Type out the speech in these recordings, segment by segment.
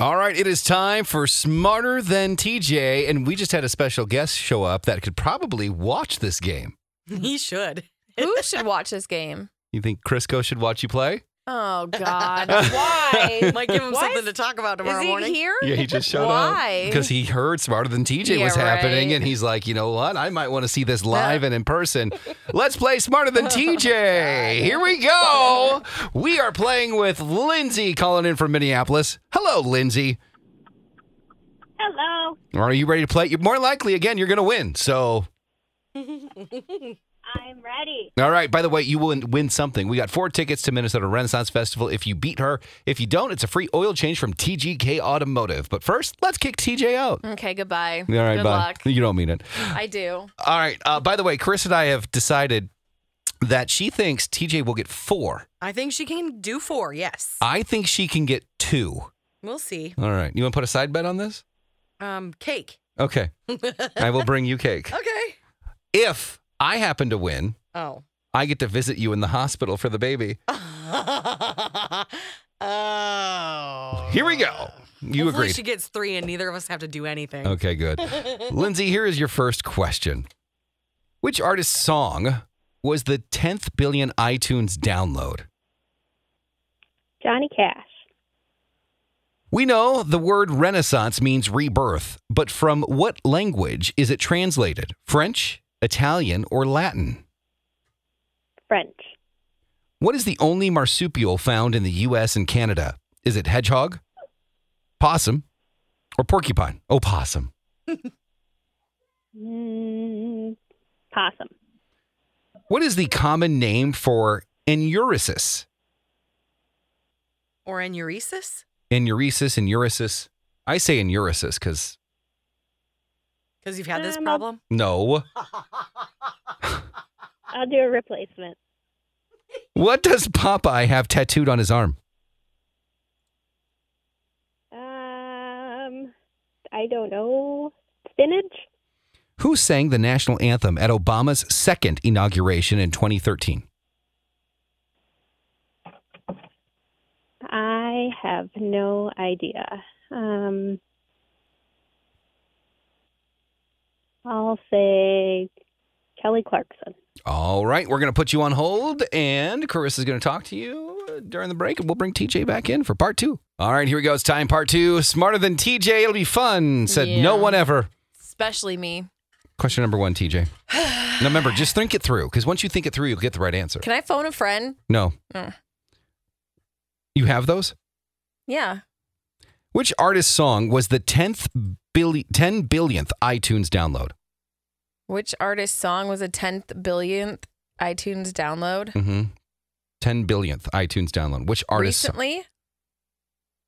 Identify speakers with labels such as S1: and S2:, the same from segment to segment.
S1: All right, it is time for Smarter Than TJ, and we just had a special guest show up that could probably watch this game.
S2: He should.
S3: Who should watch this game?
S1: You think Crisco should watch you play?
S3: Oh God, why?
S2: Might give him
S3: Why
S2: something
S3: is-
S2: to talk about tomorrow
S3: Is he
S2: morning.
S3: here?
S1: Yeah, he just showed up
S3: Why?
S1: because he heard Smarter Than TJ was
S3: Yeah,
S1: happening,
S3: right.
S1: and he's like, you know what? I might want to see this live and in person. Let's play Smarter Than TJ. Here we go. We are playing with Lindsay calling in from Minneapolis. Hello, Lindsay.
S4: Hello.
S1: Are you ready to play? You're more likely, again, you're going to win. So
S4: I'm ready.
S1: All right. By the way, you will win something. We got four tickets to Minnesota Renaissance Festival if you beat her. If you don't, it's a free oil change from TGK Automotive. But first, let's kick TJ out.
S3: Okay, goodbye.
S1: All right,
S3: Good
S1: bye.
S3: luck.
S1: You don't mean it.
S3: I do.
S1: All right. Uh, by the way, Chris and I have decided that she thinks TJ will get four.
S2: I think she can do four. Yes.
S1: I think she can get two.
S2: We'll see.
S1: All right. You want to put a side bet on this?
S2: Um, cake.
S1: Okay. I will bring you cake.
S2: Okay.
S1: If I happen to win,
S2: Oh.
S1: I get to visit you in the hospital for the baby.
S2: oh.
S1: Here we go. You
S2: Hopefully
S1: agreed.
S2: She gets three, and neither of us have to do anything.
S1: Okay, good. Lindsay, here is your first question. Which artist's song was the 10th billion iTunes download?
S4: Johnny Cash.
S1: We know the word renaissance means rebirth, but from what language is it translated? French, Italian, or Latin?
S4: French.
S1: What is the only marsupial found in the US and Canada? Is it hedgehog, possum, or porcupine? Oh, possum.
S4: Mm, possum.
S1: What is the common name for enuresis?
S2: Or in uresis?
S1: enuresis, enuresis. I say enuresis because
S2: Because you've had this
S4: Um,
S2: problem.
S1: no.
S4: I'll do a replacement.
S1: What does Popeye have tattooed on his arm?
S4: Um, I don't know. Spinach.
S1: Who sang the national anthem at Obama's second inauguration in 2013?
S4: I have no idea. Um, I'll say Kelly Clarkson.
S1: All right, we're going to put you on hold, and Carissa's going to talk to you uh, during the break, and we'll bring TJ back in for part two. All right, here we go. It's time, part two. Smarter than TJ, it'll be fun, said no
S3: Yeah.
S1: one ever.
S3: Especially me.
S1: Question number one, TJ. now remember, just think it through, because once you think it through, you'll get the right answer.
S3: Can I phone a friend?
S1: No.
S3: Mm.
S1: You have those?
S3: Yeah.
S1: Which artist's song was the 10th billi- 10 billionth iTunes download?
S3: Which artist's song was a tenth billionth iTunes download
S1: Mm-hmm. 10 billionth iTunes download. Which artist's song?
S3: recently?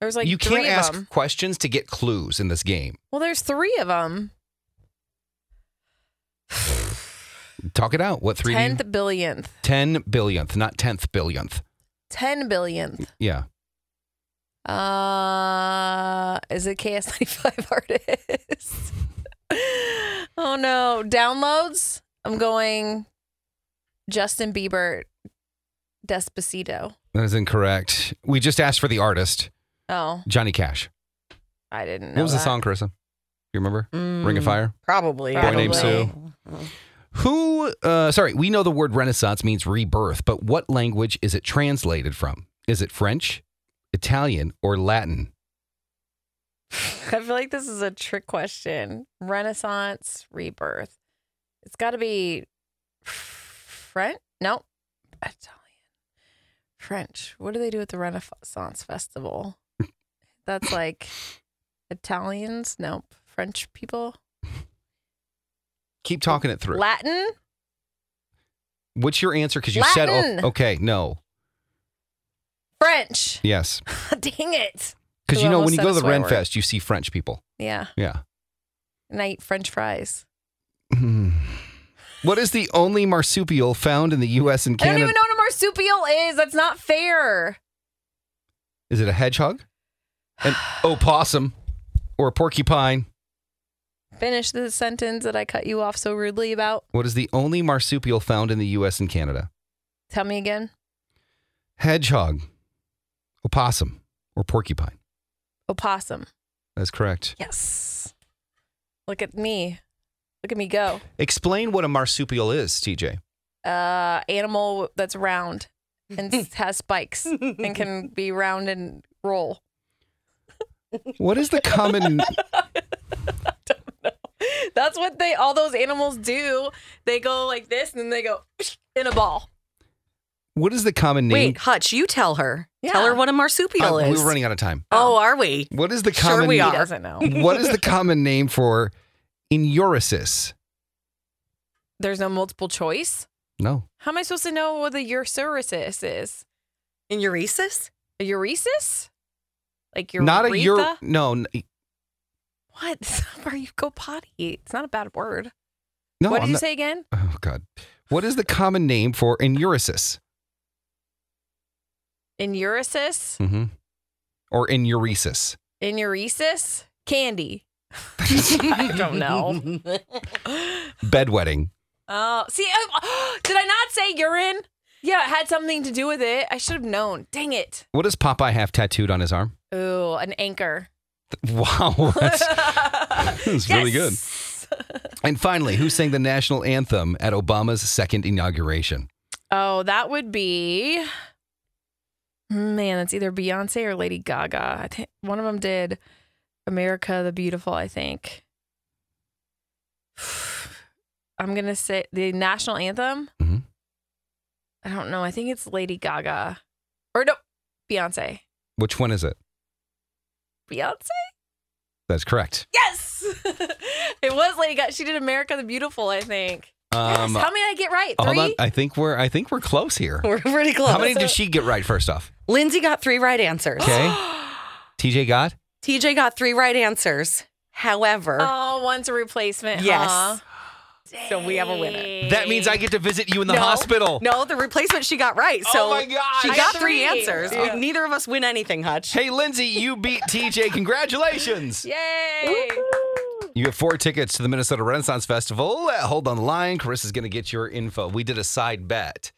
S3: There was like
S1: you
S3: three
S1: can't
S3: of
S1: ask
S3: them.
S1: questions to get clues in this game.
S3: Well, there's three of them.
S1: Talk it out. What three? do you-
S3: Tenth billionth,
S1: 10 billionth, not 10th billionth.
S3: ten billionth.
S1: Yeah.
S3: Uh, is it KS95 artist? oh no, downloads. I'm going Justin Bieber, Despacito.
S1: That is incorrect. We just asked for the artist,
S3: Oh,
S1: Johnny Cash.
S3: I didn't know.
S1: What was the
S3: that.
S1: song, Carissa? You remember? Ring of
S2: Mm,
S1: Fire?
S2: Probably.
S3: Boy Named
S1: Sue. Who, uh, sorry, we know the word renaissance means rebirth, but what language is it translated from? Is it French, Italian, or Latin?
S3: I feel like this is a trick question. Renaissance, rebirth. It's got to be French. No, Italian. French. What do they do at the Renaissance Festival? That's like Italians. Nope. French people.
S1: Keep talking it through.
S3: Latin.
S1: What's your answer? Because you said,
S3: Latin.
S1: oh, okay, no,
S3: French.
S1: yes.
S3: Dang it.
S1: Because
S3: Who
S1: you know, when
S3: almost
S1: you
S3: said
S1: go
S3: a
S1: to the
S3: swear
S1: Ren
S3: word.
S1: Fest, you see French people.
S3: Yeah.
S1: Yeah.
S3: And I eat French fries.
S1: Hmm. what is the only marsupial found in the U.S. and
S3: I don't
S1: Canada?
S3: even know what a marsupial is. That's not fair.
S1: Is it a hedgehog, an opossum, or a porcupine?
S3: Finish the sentence that I cut you off so rudely about.
S1: What is the only marsupial found in the U.S. and Canada?
S3: Tell me again.
S1: hedgehog, opossum, or porcupine?
S3: Opossum.
S1: That's correct.
S3: Yes. Look at me. Look at me go.
S1: Explain what a marsupial is, TJ.
S3: Uh, animal that's round and s- has spikes and can be round and roll.
S1: What is the common
S3: That's what they all those animals do. They go like this and then they go in a ball.
S1: what is the common name?
S2: Wait, Hutch, you tell her. Tell
S3: Yeah.
S2: her what a marsupial
S1: Uh,
S2: is.
S1: we're running out of time.
S2: oh, are we?
S1: What is the
S2: Sure
S1: common
S2: we
S3: He
S2: are.
S3: doesn't know.
S1: what is the common name for enuresis?
S3: There's no multiple choice.
S1: No.
S3: How am I supposed to know what the urethritis is?
S2: In uresis?
S3: A uresis? Like your
S1: Not a ure no n-
S3: What? Where you go potty? It's not a bad word.
S1: no
S3: what did
S1: I'm
S3: you
S1: not-
S3: say again?
S1: Oh god. What is the common name for enuresis?
S3: In uresis?
S1: Mm-hmm. Or enuresis?
S3: In uresis? Candy.
S2: I
S3: don't know.
S1: Bedwetting.
S3: Oh, see, I, did I not say urine? Yeah, it had something to do with it. I should have known. Dang it.
S1: What does Popeye have tattooed on his arm?
S3: Ooh, an anchor.
S1: Wow, that's, that's really good.
S3: good.
S1: And finally, who sang the national anthem at Obama's second inauguration?
S3: Oh, that would be. Man, that's either Beyonce or Lady Gaga. I think one of them did America the Beautiful, I think. I'm going to say the national anthem.
S1: Mhm.
S3: I don't know. I think it's Lady Gaga or no, Beyonce.
S1: Which one is it?
S3: Beyonce?
S1: That's correct.
S3: Yes. it was Lady Gaga. She did America the Beautiful, I think. yes. How many did I get right?
S1: Um, uh, hold on.
S3: Three?
S1: I think we're I think we're close here.
S2: We're pretty close.
S1: How many did she get right first off?
S2: Lindsay got three right answers.
S1: Okay. TJ got?
S2: TJ got three right answers. However,
S3: Oh, one's a replacement.
S2: Yes.
S3: huh?
S2: So we have a winner.
S1: That means I get to visit you in the
S2: No.
S1: hospital.
S2: no, the replacement she got right. So
S1: oh my gosh.
S2: she
S3: I
S2: got
S3: got
S2: three
S3: three.
S2: answers.
S3: Yeah.
S2: Neither of us win anything, Hutch.
S1: Hey Lindsay, you beat TJ. Congratulations.
S3: Yay!
S4: Woohoo!
S1: You have four tickets to the Minnesota Renaissance Festival. Uh, Hold on the line. Carissa's going to get your info. We did a side bet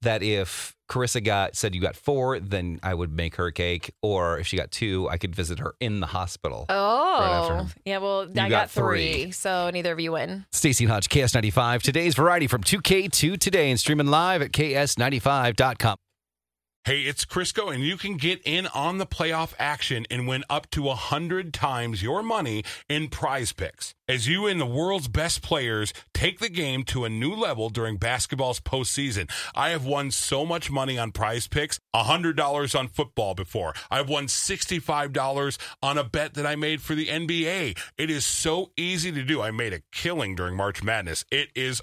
S1: that if Carissa got said you got four, then I would make her a cake, or if she got two, I could visit her in the hospital.
S3: Oh,
S1: after him.
S3: yeah. Well, I
S1: got
S3: got,
S1: three.
S3: three. so neither of you win.
S1: Stacey and Hodge, KS95. Today's variety from 2K to today and streaming live at KS95.com.
S5: Hey, it's Crisco, and you can get in on the playoff action and win up to 100 times your money in prize picks. As you and the world's best players take the game to a new level during basketball's postseason, I have won so much money on prize picks $100 on football before. I've won $65 on a bet that I made for the NBA. It is so easy to do. I made a killing during March Madness. It is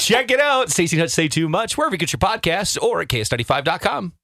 S1: Check it out. Stacy and Hutch say too much, wherever you get your podcasts or at ks95.com.